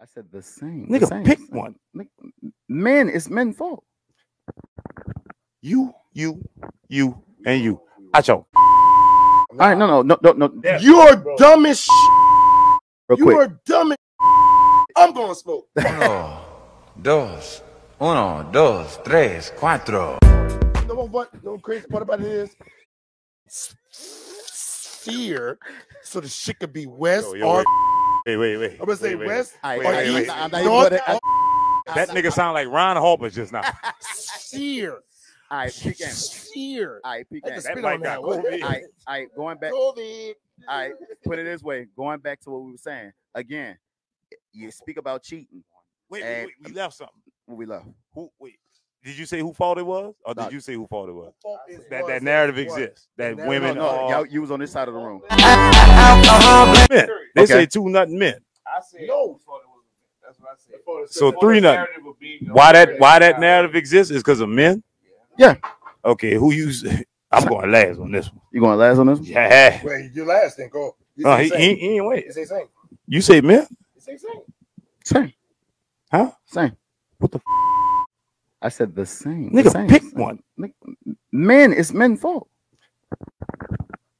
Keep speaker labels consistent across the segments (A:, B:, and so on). A: I said the same. the
B: Nigga,
A: same,
B: pick
A: same.
B: one.
A: Nigga, Men, it's men's fault.
B: You, you, you, and you. Acho.
A: All right, no, no, no, no, no.
C: Yeah,
D: You are
C: bro.
D: dumb as shit.
A: Real
D: You
A: quick.
D: are dumb as shit. I'm going to smoke.
E: Uno, dos, uno, dos, tres, cuatro.
D: You know what? The crazy part about it is fear. So the shit could be west
C: Yo,
D: or
C: yo, wait. Wait, wait, wait.
D: I'm gonna say
C: wait, wait.
D: west
A: All right,
C: Wait,
A: all
D: or
A: right,
C: wait,
A: I'm
D: east.
C: wait.
A: not- I'm not even
D: north,
A: gonna-
D: or
C: That nigga sound like Ron Harper just now.
D: fear.
A: All right, peek in.
D: Fear.
A: All right, peek
D: I
A: in.
D: just
C: That
D: spit
C: mic
D: on that
C: got
D: one.
C: COVID.
A: All right, all right, going back. All
D: COVID.
A: right, put it this way. Going back to what we were saying again, you speak about cheating
C: Wait,
A: And-
C: wait, wait, we left something.
A: when we left.
C: Who? Wait, did you say who fault it was, or
A: No.
C: did you say who fault it was?
D: Fault is
C: That
D: was
C: that narrative
D: is was.
C: exists. That
D: Narrative-
A: No,
C: women
A: no,
C: are
A: y'all, you was on this side of the room.
C: men. They
A: Okay.
C: say two nothing men.
F: I said
D: No.
F: That's what I said.
C: So three nothing. Why that? Why that narrative exists is because of men.
A: Yeah.
C: Okay, who you? s- I'm going last on this one.
A: You going last on this? one?
C: Yeah.
D: Wait, your last thing, go. You
C: No,
D: say
C: he,
D: same.
C: he, he ain't
D: You
C: wait.
D: say same.
C: You say men?
D: You say same.
A: Same.
C: Huh?
A: Same.
C: What the? F-
A: I said the same. the
C: nigga,
A: same.
C: pick one.
A: Men, it's men's fault.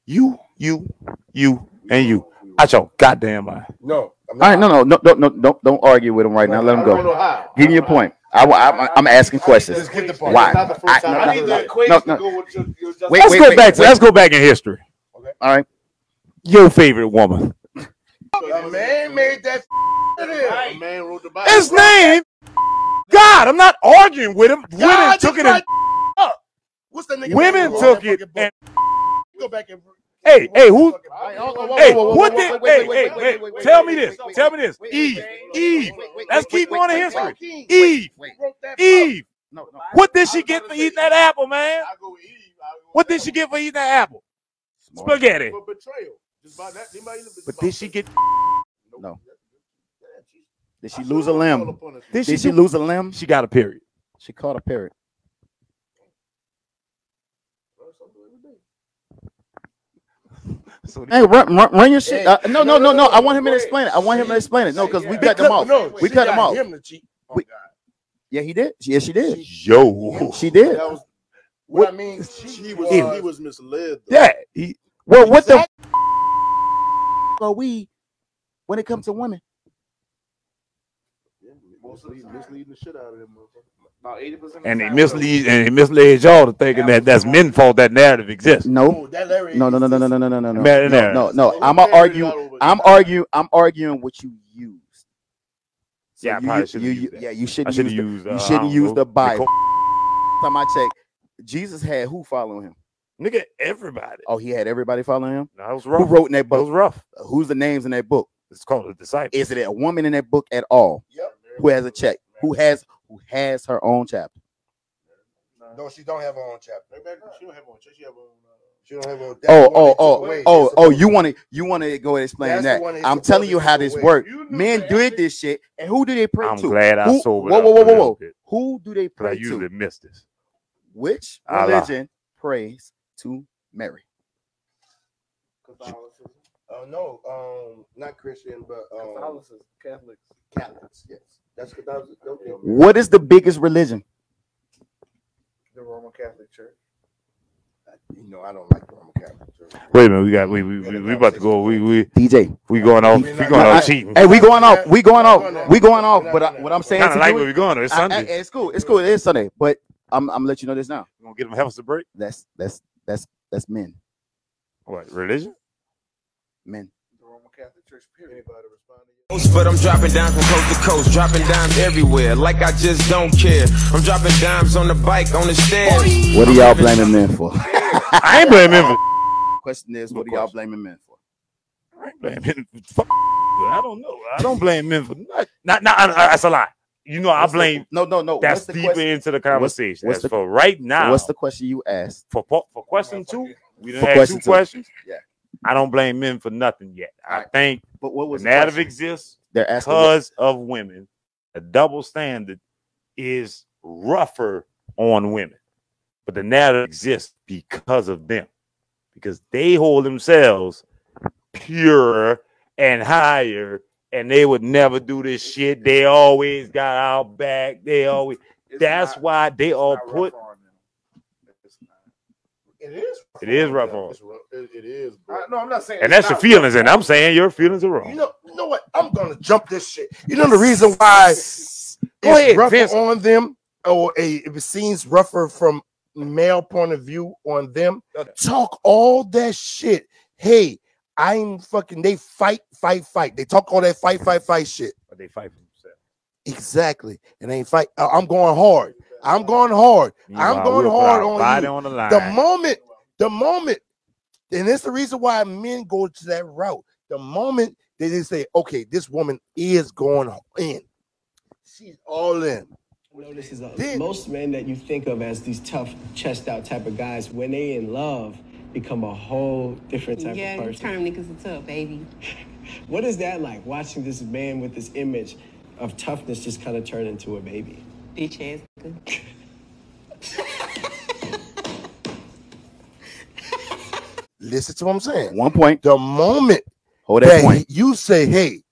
C: You, you, you, and you. Out your goddamn mind.
D: No. I'm
A: All right, no, no, no, no, no, don't, don't argue with him right now. Let him
D: I don't
A: go.
D: know how.
A: Give me your point. I, I, I'm asking questions.
D: Just get the part.
A: Why?
D: It's not the
A: I-
D: first time.
A: no,
F: I
A: no,
F: need
A: no,
F: the equation
A: no.
F: to go with your, your just-
A: Wait,
C: Let's
A: wait,
C: go
A: wait,
C: back.
A: wait.
C: Let's go back in history.
A: All right.
C: Your favorite woman.
D: A man made that. It is.
F: Right.
D: A man ruled the Bible.
C: His name. God, I'm not arguing with him.
D: God,
C: women took it
D: you
C: and
D: right. What's that nigga?
C: women
D: name?
C: took
D: That
C: it.
D: fucking book.
C: And
D: You go back and.
C: hey, hey, who?
D: Hey, hold on,
C: Hey,
D: whoa, whoa, whoa,
C: what
D: whoa, whoa,
C: did?
D: wait,
C: Hey,
D: wait, wait,
C: hey,
D: wait,
C: hey.
D: wait, wait,
C: Tell
D: wait,
C: me
D: wait,
C: this.
D: wait,
C: Tell
D: wait,
C: me this.
D: wait,
A: E,
D: wait,
C: Eve,
D: wait,
C: Eve.
D: wait, wait,
C: Let's
D: wait,
C: keep
D: wait,
C: going to
D: wait,
C: history.
D: wait, wait, wait.
C: Eve,
A: Wait,
D: Wrote that
A: E.
D: book.
C: Eve.
A: no, no.
C: What did she get for eating that apple,
F: I
C: man?
D: E,
F: go with Eve. I go with
C: What did she get for eating that apple? Spaghetti.
F: for betrayal? Just by that, anybody know-
C: But did she get?
A: No.
F: Yeah, she-
A: Did she
F: I
A: lose a
F: saw her
A: limb?
F: pull up on us.
A: Did
C: Did she
A: she lose
C: lose?
A: a limb?
C: She got a period.
A: She caught a parrot.
F: Bro, so do every day.
C: So
A: Hey, run, run, run your shit.
D: Hey,
A: Uh, no, no, no, no. I want him to
D: wait.
A: explain it. I want him to explain it. No, because we cut
D: Cut
A: them off.
D: No,
A: We
D: she
A: cut him
D: got
A: off.
D: Him to cheat. Oh,
A: We-
D: God.
A: Yeah, he did. Yes, she did.
C: Yo,
A: She did.
D: That was
C: What-
D: what I mean.
F: She
D: She
F: was,
C: Yeah.
F: he was misled. though.
C: yeah. He, well, what the?
A: Are we when it comes to women?
F: Yeah, mostly misleading the shit out of them. About 80% of
C: And
F: the
C: they
F: time,
C: mislead and they misled y'all to thinking that that's men fault that narrative exists.
A: No,
D: Oh, that Larry.
A: no, no, no, no, no, no, no, no, no.
C: Man, there.
A: No,
F: though.
A: no.
F: They
A: I'm
F: carried
A: gonna
F: it
A: argue.
F: all over.
A: I'm arguing. I'm arguing what you used. So
C: Yeah, I
A: you-
C: probably
A: you-
C: should've
A: you-
C: used
A: you-
C: that.
A: Yeah, you
C: I
A: shouldn't
C: should
A: use.
C: have
A: the-
C: used. uh,
A: you shouldn't
C: I don't
A: use
C: know,
A: the Bible.
C: Nicole-
A: Time I checked, Jesus had who following him?
C: Nigga, everybody.
A: Oh, he had everybody following him.
C: That was
A: Who
C: rough.
A: wrote in that
C: That was
A: book?
C: rough.
A: Who's the names in that book?
C: It's called a disciple.
A: Is it a woman in that book at all?
D: Yep.
A: Who has a check? Who has who has her own chapter?
D: No, she don't have her own chapter.
F: Right back, She don't have one. She have one. uh,
D: She don't have her own.
A: Oh,
D: that one
A: oh,
D: they took
A: oh,
D: away.
A: oh,
D: That's
A: oh!
D: the
A: You want to, you want to go and explain
D: That's the
A: that?
D: one they
A: I'm
D: supposed
A: telling
D: to
A: you
D: take
A: how this
D: away.
A: works.
F: You knew
A: Men
F: that
A: did
F: after-
A: this shit, and who do they pray
C: I'm
A: to?
C: glad I
A: who,
C: sobered
A: whoa,
C: up
A: whoa,
C: a
A: whoa, whoa,
C: little
A: whoa!
C: bit,
A: Who do they
C: 'cause I
A: pray
C: usually
A: to?
C: miss this.
A: Which
C: Allah.
A: religion prays to Mary?
F: Catholicism.
D: Oh no, um, not Christian, but um,
F: Catholicism. Catholics.
D: Catholics. Yes, that's Catholicism. Okay.
A: What is the biggest religion?
F: The Roman Catholic Church.
D: You know, I don't like the Roman Catholic Church.
C: Wait a minute, we got we we, we, we about to go. We we
A: DJ.
C: we going off. We going off cheating.
A: Hey, we going off. We going off. We going off. But I, what I'm saying
C: Kind
A: to
C: of like
A: you
C: where we going. It's
A: I- I-
C: Sunday.
A: it's cool. It's cool. It is Sunday, but I'm, I'm gonna let you know this now.
C: We gonna get them half us a break.
A: That's that's that's that's men.
C: What religion?
A: Men.
F: The Roman Catholic Church. Period. Anybody responding?
G: But I'm dropping dimes from coast to coast, dropping dimes everywhere, like I just don't care. I'm dropping dimes on the bike, on the stairs.
A: What are y'all blaming men for?
C: I ain't blaming him.
A: Question is,
C: Good
A: what are y'all
C: question.
A: blaming men for?
C: I ain't blame him. For, I don't know. I don't blame men for nothing. Not, not, I- I- that's a lie. You know, I
A: What's the-
C: blame.
A: No, no, no.
C: That's
A: what's the
C: deeper
A: question?
C: into the conversation.
A: what's
C: That's
A: the-
C: for right
A: So
C: now.
A: what's the question you asked?
C: for po- for question two? We done
A: For
C: had
A: question
C: two
A: two.
C: questions.
A: Yeah.
C: I don't blame men for nothing yet. I
A: Alright.
C: think
A: But what
C: the
A: was the
C: narrative
A: question?
C: exists
A: They're asking. what-
C: because of women. The double standard is rougher on women, but the narrative exists because of them, because they hold themselves pure and higher and they would never do this shit. They always got our back. They always. That's why they all put.
D: It is.
C: It is rough on.
D: It's rough. It, it is. Bro.
F: I, no, I'm not saying.
C: And
F: it's
C: that's your
F: not-
C: feelings, and I'm saying your feelings are
D: You
C: wrong.
D: know, you know what? I'm gonna jump this shit. You know the reason why it's
C: Go ahead,
D: rougher
C: Vince.
D: on them, or a, it seems rougher from male point of view on them.
C: Okay.
D: Talk all that shit. Hey, I'm fucking. They fight, fight, fight. They talk all that fight, fight, fight shit.
C: But they fight for themselves.
D: Exactly. It ain't fight. I- I'm going hard. I'm going hard. I'm
C: Meanwhile,
D: going
C: we'll put
D: hard
C: our
D: on
C: body
D: you.
C: on the line.
D: The moment, the moment, and it's the reason why men go to that route. The moment they just say, "Okay, this woman is going in. She's all in."
H: know this is a,
D: Then-
H: most men that you think of as these tough, chest out type of guys, when they in love, become a whole different type
I: Yeah,
H: of
I: you
H: person.
I: turn niggas it's up, baby.
H: What is that like? Watching this man with this image of toughness just kind of turn into a baby.
I: Bitch ass nigga.
D: Listen to what I'm saying.
A: One point.
D: The moment
A: Hold that
D: that
A: point.
D: you say, "Hey,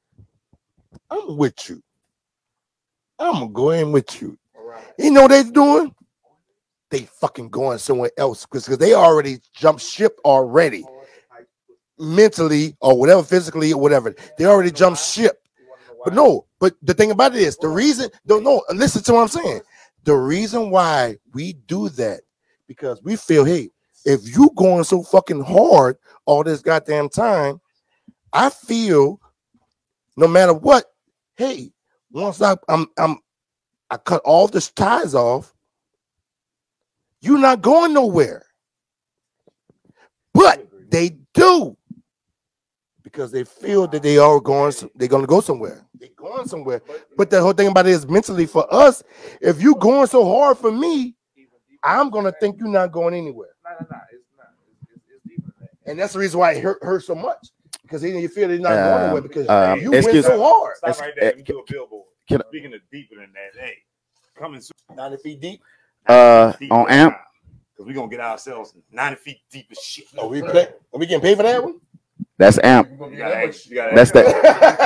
D: I'm with you. I'm going with you." You know what they're doing? They fucking going somewhere else because they already jumped ship already, mentally or whatever, physically or whatever. They already jumped ship. But no, but the thing about it is the reason. No, no. Listen to what I'm saying. The reason why we do that because we feel, hey, if you going so fucking hard all this goddamn time, I feel no matter what, hey, once I, I'm I'm I cut all the ties off, you're not going nowhere. But they do because they feel that they are going s- they're gonna go somewhere. They're going somewhere. But the whole thing about it is mentally for us, if you going so hard for me, I'm gonna think you're not going anywhere.
F: Nah, nah, nah, it's not. It's, it's, it's deeper than that.
D: And that's the reason why it hurt, hurt so much. Because he didn't feel they're not
A: Um,
D: going nowhere because
A: um,
D: you
A: excuse-
D: went so hard.
C: Stop right there.
A: eh,
C: You do a billboard.
A: can-
C: Speaking of deeper than that, hey, coming soon.
D: 90 feet deep.
A: Uh, on amp.
C: Because we're going to get ourselves 90 feet deep as shit.
D: Oh, we play. Are we getting paid for that one?
A: That's amp.
C: You gotta ask- you gotta
A: That's
C: ask-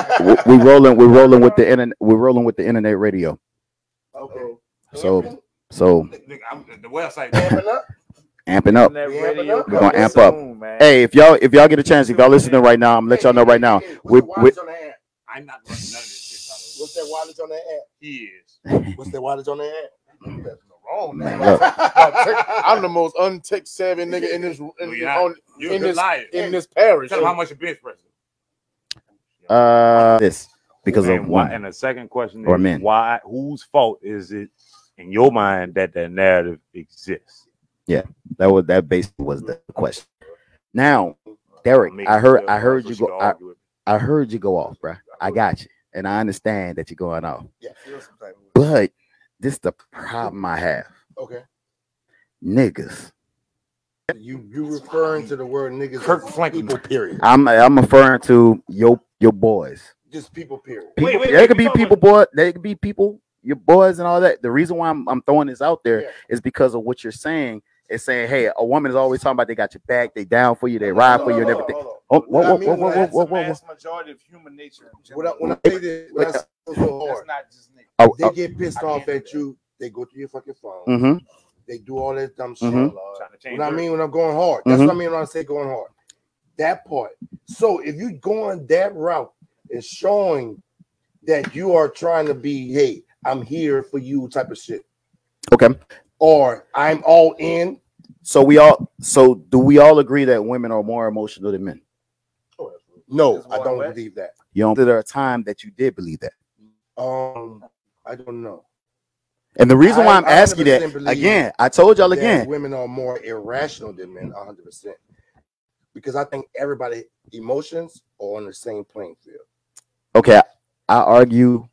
A: that. we, we rolling. We rolling with the internet. We're rolling with the internet radio.
D: Okay.
A: So, so
C: Nigga, I'm- The website.
D: Amping up?
A: amping up.
D: We amping up?
A: We're gonna amp up. Hey, if y'all if y'all get a chance, if y'all listening right now, I'm gonna let y'all know right now.
D: Hey, hey, hey,
A: We,
D: what's the
A: we
D: wattage on that app?
C: I'm not running none of this shit.
D: What's that wattage on that app?
C: He is.
D: What's that wattage on that
F: Wrong
A: Man,
F: now. I'm the most untech savvy nigga in this in,
C: you're not.
F: on-
C: You're a
F: in
C: good
F: this
C: liar.
F: in this parish.
C: Tell him how much you bench pressing.
A: uh this because of
C: and why,
A: one.
C: and the second question
A: Or
C: is
A: men.
C: why whose fault is it in your mind that that narrative exists?
A: That was that basically was the question. Now, Derek, I heard I heard you go. I, I heard you go off, bruh. I got you, and I understand that you're going off.
D: app?
A: But this the problem I have,
D: Okay.
A: niggas.
D: You you referring to the word niggas?
C: Kirk
D: as
C: Franklin.
D: People period.
A: I'm I'm referring to your your boys.
D: Just people period.
C: Wait,
A: People-
C: wait,
A: there
C: wait,
A: could
C: you
A: be
C: talking
A: people, boy. There could be people, your boys, and all that. The reason why I'm, I'm throwing this out there is
D: Yeah.
A: because of what you're saying. It's saying, hey, a woman is always talking about they got your back, they down for you, they ride for you, and everything. Oh, whoa,
D: What I
A: whoa,
D: mean
A: whoa, whoa,
D: when I
A: whoa,
D: ask
A: whoa, whoa,
F: vast majority of human nature.
D: When I, when I say this, when I say it's so hard,
F: not just niggas.
A: whoa.
D: they get pissed off at you. They go to your fucking phone.
A: mm-hmm.
D: They do all that dumb shit.
A: Mhm.
D: What I mean when I'm going hard. That's
A: Mm-hmm.
D: what I mean when I say going hard. That part. So if you going that route, it's showing that you are trying to be, hey, I'm here for you type of shit,
A: Okay.
D: or I'm all in.
A: So we all so do we all agree that women are more emotional than men?
D: No,
F: Just
D: I
F: one
D: don't
F: way.
D: believe that.
A: You don't there a time that you did believe that.
D: Um, I don't know.
A: And the reason why
D: I-
A: I'm
D: I
A: asking that
D: 100% believe
A: again, I told y'all
D: that
A: again,
D: women are more irrational than men, 100. percent Because I think everybody emotions are on the same playing field.
A: okay, I argue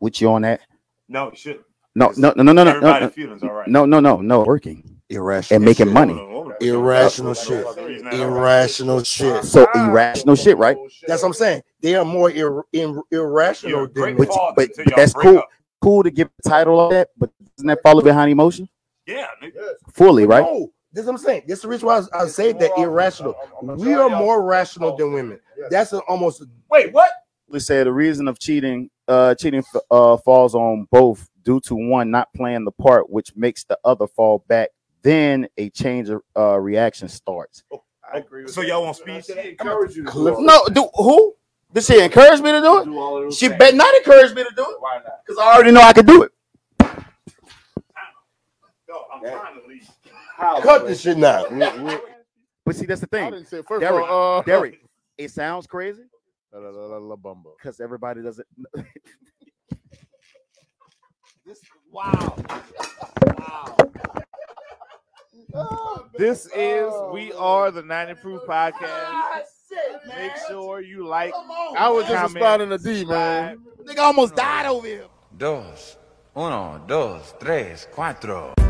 A: with you on that.
C: No, you should.
A: No, no, no, no, no, no,
C: Everybody's
A: no,
C: feelings, all right.
A: no, no, no, no, working
D: Irrational
A: and making money.
D: Irrational shit. Irrational shit.
A: So irrational shit, right?
D: That's what I'm saying. They are more ir- ir- irrational than
A: But,
D: me.
A: but, but that's cool. Cool to give the title of that, but doesn't that follow behind emotion?
C: Yeah, nigga.
A: Fully, right?
D: No, that's what I'm saying. That's the reason why I, I say that irrational. We are more rational than women. That's a, almost.
F: Wait, what?
A: basically said the reason of cheating, uh, cheating uh, falls on both due to one not playing the part, which makes the other fall back. Then a change of uh, reaction starts.
G: I agree with
C: So
G: that.
C: y'all want
G: But I
C: speed
G: still
C: today?
G: Encourage you. to
J: Cliff-
G: do all-
A: No, do who? Did she encourage me to do it?
G: do all of those
A: She
G: things.
A: bet not encourage me to do it
G: Why not?
A: because I already know I could do it.
C: No, I'm
G: That-
C: trying to leave.
G: How,
J: Cut
G: Cliff?
J: this shit now.
A: But see, that's the
D: I
A: thing,
D: didn't say first
A: Derek,
D: of all. Uh,
A: Derek. It sounds crazy
D: La, la, la, la, la, bumbo.
A: because everybody doesn't.
D: This is We Are the 90 Proof Podcast. Make sure you like. I was just comment, responding to D, man.
A: Nigga almost died over here.
K: dos, uno, dos, tres, cuatro.